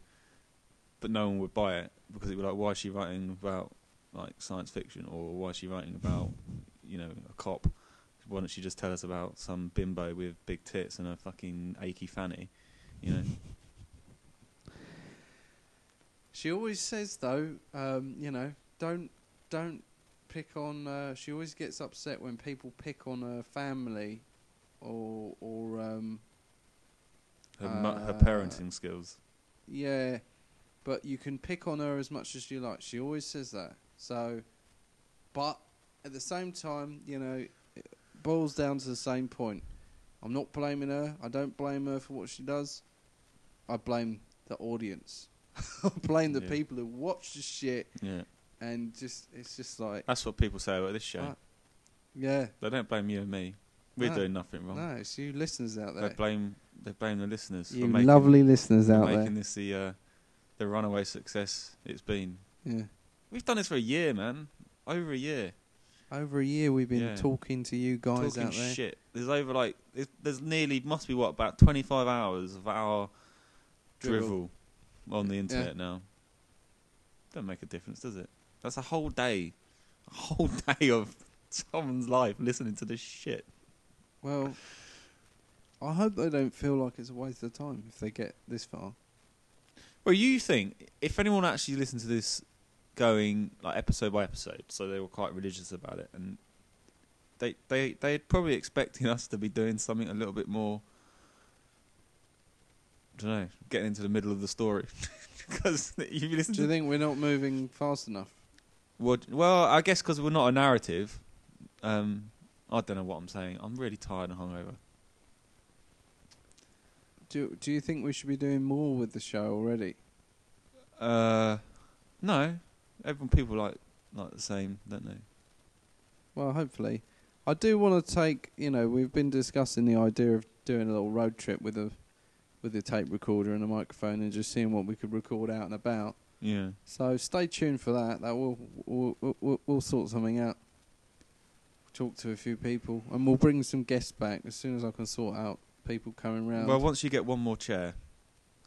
S1: but no one would buy it because it'd be like, why is she writing about like science fiction or why is she writing about, you know, a cop? Why don't she just tell us about some bimbo with big tits and a fucking achy fanny, you know?
S3: She always says though, um, you know, don't don't pick on. Uh, she always gets upset when people pick on her family, or or um,
S1: Her, mu her
S3: Uh,
S1: parenting skills.
S3: yeah, but you can pick on her as much as you like. She always says that. So, but at the same time, you know, it boils down to the same point. I'm not blaming her. I don't blame her for what she does. I blame the audience. I blame the
S1: Yeah.
S3: people who watch the shit
S1: Yeah.
S3: and just it's just like
S1: That's what people say about this show.
S3: Uh, yeah,
S1: They don't blame you and me. We're
S3: No.
S1: doing nothing wrong.
S3: no, it's you listeners out
S1: They
S3: there,
S1: blame they blame the listeners
S3: you
S1: for making,
S3: lovely listeners
S1: for
S3: out
S1: making
S3: there.
S1: this the uh, the runaway success it's been.
S3: Yeah,
S1: We've done this for a year, man. Over a year.
S3: over a year we've been
S1: Yeah.
S3: talking to you guys
S1: Talking
S3: out there.
S1: shit. There's over like there's, there's nearly must be what about 25 hours of our drivel,
S3: Drivel.
S1: on the internet now. Don't make a difference, does it? That's a whole day, a whole day of someone's life listening to this shit.
S3: Well, I hope they don't feel like it's a waste of time if they get this far.
S1: Well, you think if anyone actually listened to this going like episode by episode, so they were quite religious about it, and they they they're probably expecting us to be doing something a little bit more. I don't know, getting into the middle of the story because you listen
S3: Do
S1: to
S3: you think we're not moving fast enough?
S1: what? Well, I guess because we're not a narrative. Um, I don't know what I'm saying. I'm really tired and hungover.
S3: Do Do you think we should be doing more with the show already?
S1: Uh, no, everyone people like like the same, don't they?
S3: Well, hopefully, I do want to take. You know, we've been discussing the idea of doing a little road trip with a with a tape recorder and a microphone and just seeing what we could record out and about.
S1: Yeah.
S3: So stay tuned for that. That will we'll, we'll, we'll sort something out. Talk to a few people, and we'll bring some guests back as soon as I can sort out people coming round.
S1: Well, once you get one more chair,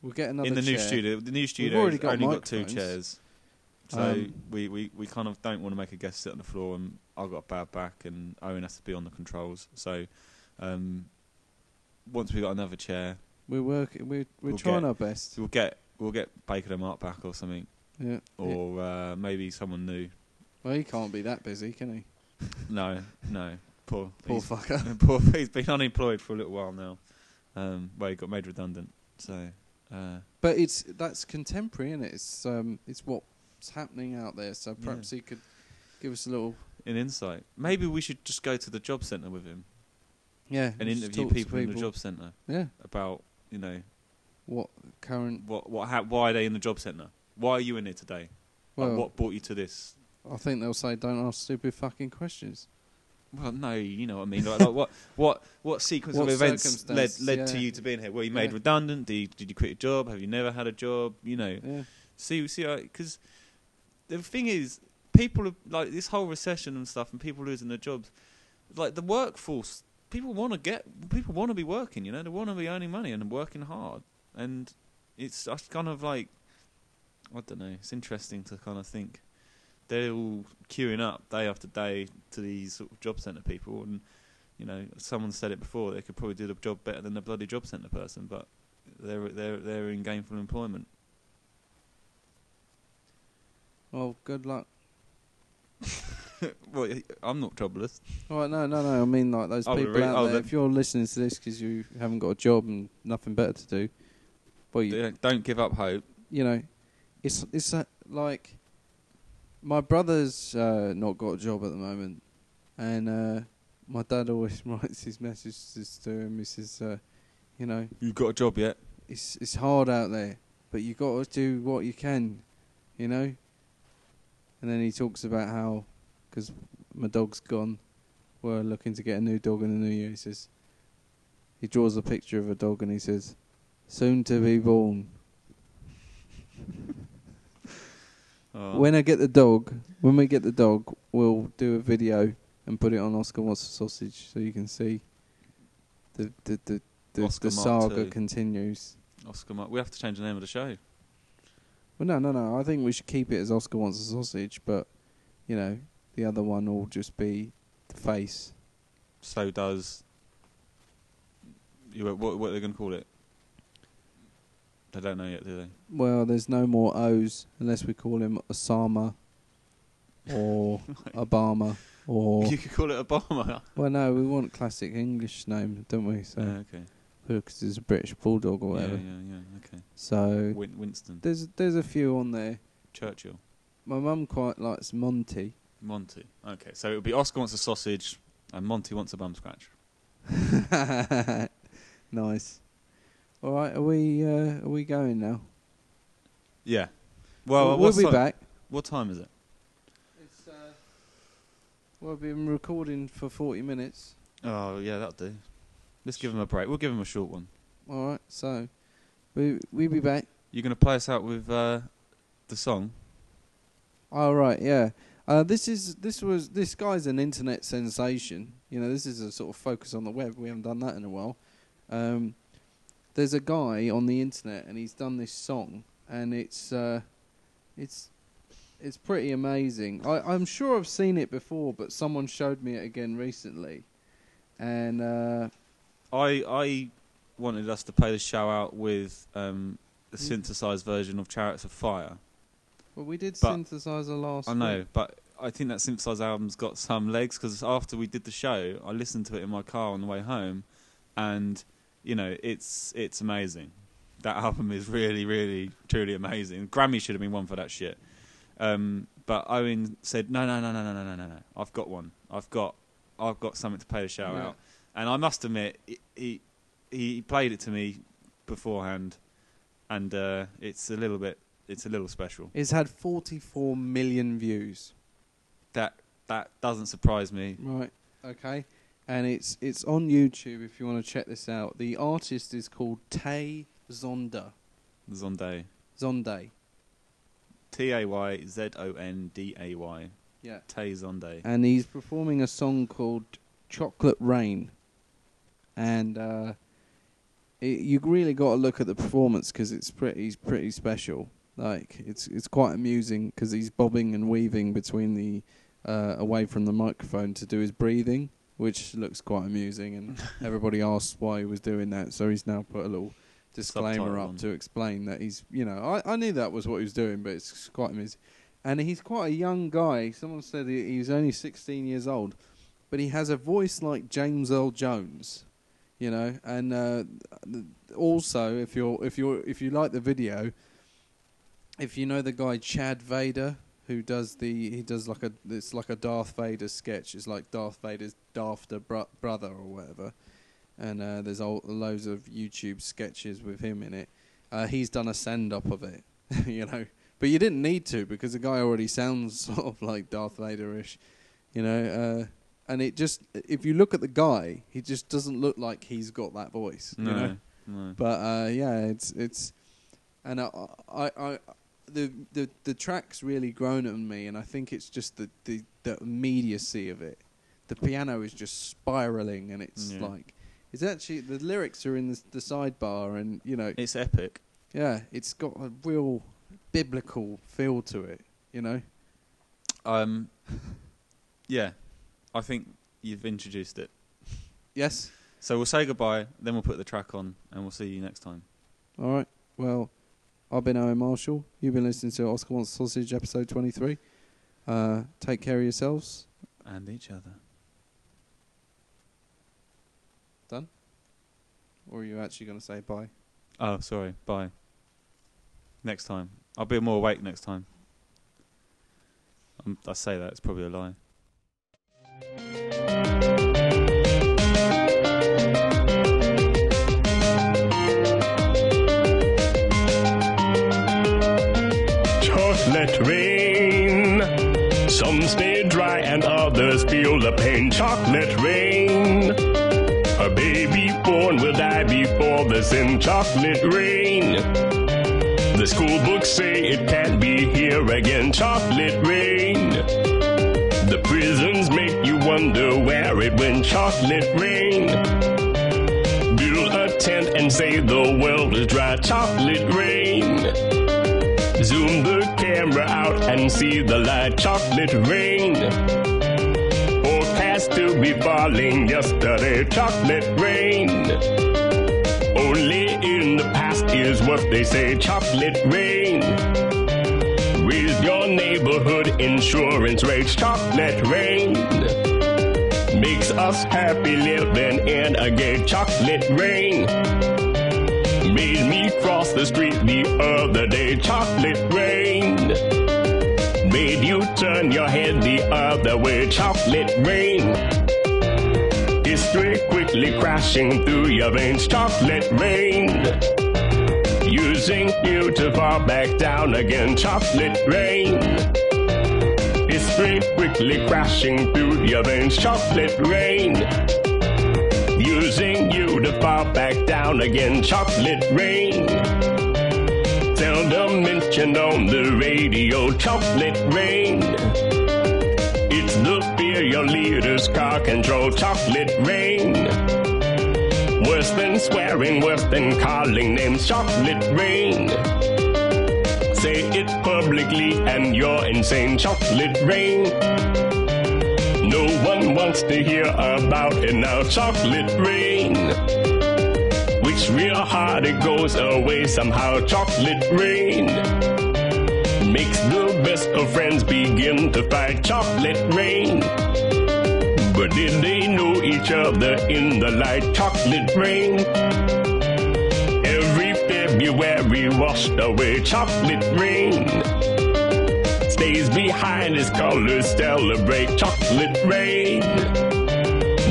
S3: we'll get another
S1: in the new
S3: chair.
S1: studio. The new studio
S3: already got
S1: only got two
S3: microphones.
S1: chairs, so
S3: Um,
S1: we, we, we kind of don't want to make a guest sit on the floor. And I've got a bad back, and Owen has to be on the controls. So um, once we got another chair,
S3: We're working. We're we're
S1: We'll
S3: trying
S1: get-
S3: our best.
S1: we'll get we'll get Baker and Mark back or something,
S3: Yeah. Yeah.
S1: or uh, maybe someone new.
S3: Well, he can't be that busy, can he?
S1: No, no. Poor,
S3: Poor
S1: he's-
S3: fucker.
S1: poor. He's been unemployed for a little while now. Um, well, he got made redundant. So, uh,
S3: But it's that's contemporary, and it? it's um, it's what's happening out there. So perhaps he could give us a little
S1: an insight. Maybe we should just go to the job centre with him
S3: yeah
S1: and
S3: just
S1: interview
S3: talk to
S1: people, in the job centre
S3: Yeah,
S1: about you know
S3: what current?
S1: what what how, why are they in the job centre? Why are you in here today?
S3: Well,
S1: like, what brought you to this?
S3: I think they'll say don't ask stupid fucking questions.
S1: Well, no, you know what I mean. Like, like what what what sequence
S3: What
S1: of events led
S3: circumstance,
S1: led to
S3: yeah.
S1: you to being here? Were you made
S3: Yeah.
S1: redundant? Did you, did you quit your job? Have you never had a job? You know,
S3: Yeah,
S1: See, see, because the thing is, people are, like this whole recession and stuff, and people losing their jobs. Like the workforce, people want to get, people want to be working. You know, they want to be earning money and working hard. And it's just kind of like, I don't know. It's interesting to kind of think they're all queuing up day after day to these sort of job centre people, and you know, someone said it before. They could probably do the job better than the bloody job centre person, but they're they're they're in gainful employment.
S3: well, good luck.
S1: well, I'm not jobless.
S3: All right, no, no, no. I mean, like those
S1: Oh,
S3: people
S1: really?
S3: out
S1: Oh,
S3: there.
S1: that-
S3: If you're listening to this because you haven't got a job and nothing better to do, well, you,
S1: Don't- Don't give up hope.
S3: you know, it's it's uh, like my brother's uh, not got a job at the moment, and uh, my dad always writes his messages to him. He says, uh, you know,
S1: You've got a job yet?
S3: it's it's hard out there, but you got to do what you can, you know. And then he talks about how, because my dog's gone, we're looking to get a new dog in the new year. He says, he draws a picture of a dog and he says, soon to be born.
S1: Oh,
S3: When I get the dog, when we get the dog, we'll do a video and put it on Oscar Wants a Sausage so you can see the the the, the,
S1: Oscar
S3: the
S1: Mark
S3: saga
S1: two.
S3: continues.
S1: Oscar, Mar- we have to change the name of the show.
S3: Well, no, no, no. I think we should keep it as Oscar Wants a Sausage, but you know, the other one will just be the face.
S1: So does. You, what, what are they going to call it? They don't know yet, do they?
S3: Well, there's no more O's unless we call him Osama or Obama or.
S1: You could call it Obama.
S3: Well, no, we want classic English name, don't we? So.
S1: Yeah, okay.
S3: because it's a British bulldog or
S1: Yeah,
S3: whatever.
S1: yeah, yeah. Okay.
S3: So
S1: Win- Winston
S3: there's there's a few on there.
S1: Churchill,
S3: My mum quite likes Monty.
S1: Monty. Okay, so it would be Oscar wants a sausage, and Monty wants a bum scratch.
S3: nice. All right, are we uh, are we going now?
S1: Yeah. Well,
S3: we'll
S1: what
S3: be
S1: ti-
S3: back.
S1: What time is it?
S3: It's, uh, well, we've been recording for forty minutes.
S1: Oh, yeah, that'll do. Let's give him a break. We'll give him a short one.
S3: All right, so we we'll be back.
S1: You're going to play us out with uh, the song.
S3: All right, yeah. Uh, this is this was this guy's an internet sensation. You know, this is a sort of focus on the web. We haven't done that in a while. Um, there's a guy on the internet, and he's done this song, and it's uh, it's it's pretty amazing. I, I'm sure I've seen it before, but someone showed me it again recently, and uh,
S1: I I wanted us to play the show out with um, the
S3: Mm.
S1: synthesized version of Chariots of Fire.
S3: well, we did
S1: But-
S3: synthesizer last.
S1: I know,
S3: week.
S1: but I think that synthesized album's got some legs because after we did the show, I listened to it in my car on the way home, and you know it's it's amazing. That album is really, really, truly amazing. Grammy should have been one for that shit. Um, but Owen said, "No, no, no, no, no, no, no, no, no. I've got one. I've got, I've got something to play the show
S3: Yeah.
S1: out." And I must admit, he- he he played it to me beforehand, and uh, it's a little bit, it's a little special.
S3: It's had 44 million views.
S1: That that doesn't surprise me.
S3: Right. Okay. And it's it's on YouTube if you want to check this out. The artist is called Tay Zonda.
S1: Zonday,
S3: Zonday.
S1: T A Y Z O N D A Y,
S3: Yeah.
S1: Tay Zonday.
S3: And he's performing a song called Chocolate Rain. And uh it, you really got to look at the performance cuz it's pretty he's pretty special. Like it's it's quite amusing cuz he's bobbing and weaving between the uh, away from the microphone to do his breathing, which looks quite amusing. And everybody asked why he was doing that, so he's now put a little disclaimer
S1: Subtitle
S3: up
S1: on.
S3: to explain that he's, you know, I, I knew that was what he was doing, but it's quite amusing. And he's quite a young guy. Someone said he, he's only 16 years old, but he has a voice like James Earl Jones, you know. And uh, th- also, if you're if you're if you like the video, if you know the guy Chad Vader who does the he does like a it's like a Darth Vader sketch. It's like Darth Vader's dafter bro- brother or whatever. And uh, there's all, loads of YouTube sketches with him in it. Uh, he's done a send up of it, you know. But you didn't need to because the guy already sounds sort of like Darth Vader ish, you know. Uh, and it just if you look at the guy, he just doesn't look like he's got that voice,
S1: No,
S3: you know.
S1: no.
S3: But uh, yeah, it's it's, and I, I, I the the the track's really grown on me, and I think it's just the the, the immediacy of it. The piano is just spiraling, and it's
S1: Yeah.
S3: like it's actually the lyrics are in the, the sidebar, and you know,
S1: It's epic.
S3: yeah, it's got a real biblical feel to it. You know,
S1: Um, yeah, I think you've introduced it.
S3: yes.
S1: So we'll say goodbye, then we'll put the track on, and we'll see you next time.
S3: All right. Well, I've been Owen Marshall. You've been listening to Oscar Wants Sausage, episode twenty-three. Uh, take care of yourselves.
S1: And each other.
S3: Or are you actually going to say bye?
S1: Oh, sorry. Bye. Next time. I'll be more awake next time. Um, I say that, it's probably a lie.
S2: Just let rain. Some stay dry and others feel the pain. Chocolate rain. A baby born will die before the sin. Chocolate rain. The school books say it can't be here again. Chocolate rain. The prisons make you wonder where it went. Chocolate rain. Build a tent and say the world is dry. Chocolate rain. Zoom the camera out and see the light chocolate rain. Forecast to be falling yesterday, chocolate rain. Only in the past is what they say, chocolate rain. Raise your neighborhood insurance rates, chocolate rain. Makes us happy living in a gay chocolate rain made me cross the street the other day. Chocolate rain made you turn your head the other way. Chocolate rain. History quickly crashing through your veins. Chocolate rain. Using you to fall back down again. Chocolate rain. History quickly crashing through your veins. Chocolate rain using you to fall back down again. Chocolate rain. Seldom mentioned on the radio. Chocolate rain. It's the fear your leaders car control. Chocolate rain. Worse than swearing, worse than calling names. Chocolate rain. Say it publicly and you're insane. Chocolate rain. No one wants to hear about it now. Chocolate rain. Which real hard it goes away somehow. Chocolate rain. Makes the best of friends begin to fight. Chocolate rain. But did they know each other in the light? Chocolate rain. Every February washed away. Chocolate rain stays behind his colors celebrate chocolate rain.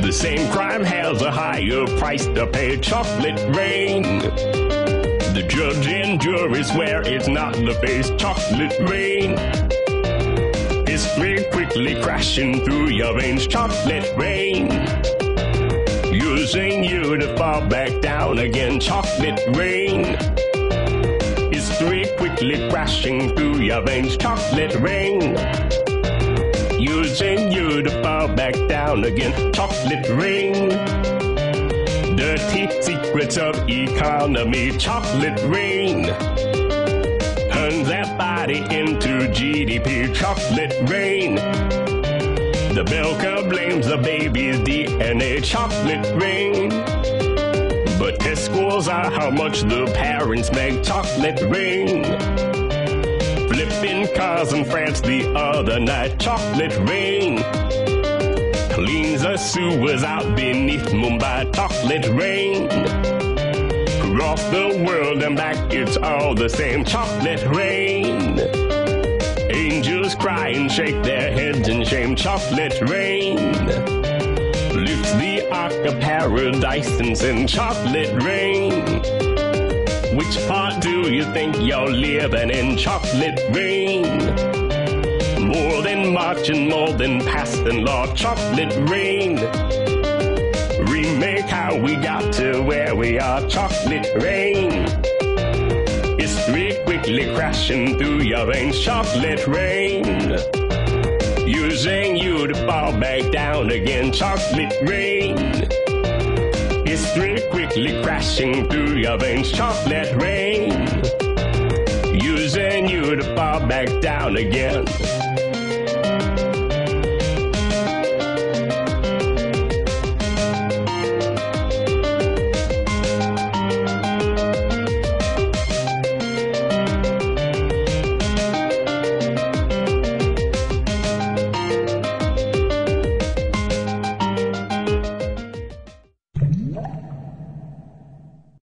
S2: The same crime has a higher price to pay chocolate rain. The judge and jury swear it's not the face chocolate rain. History quickly crashing through your veins chocolate rain. Using you to fall back down again chocolate rain history quickly crashing through your veins. Chocolate rain. Using you to fall back down again. Chocolate rain. Dirty secrets of economy. Chocolate rain. Turn that body into GDP. Chocolate rain. The milker blames the baby's DNA. Chocolate rain. But test scores are how much the parents make chocolate rain. Flipping cars in France the other night, chocolate rain. Leans the sewers out beneath Mumbai chocolate rain. Across the world and back, it's all the same chocolate rain. Angels cry and shake their heads in shame, chocolate rain. Lifts the ark of paradise and sends chocolate rain. Which part do you think you're living in? Chocolate rain. More than marching, more than past and law. Chocolate rain. Remake how we got to where we are. Chocolate rain. History quickly crashing through your veins. Chocolate rain. Using you to fall back down again. Chocolate rain. History quickly crashing through your veins, chocolate rain. Using you to fall back down again.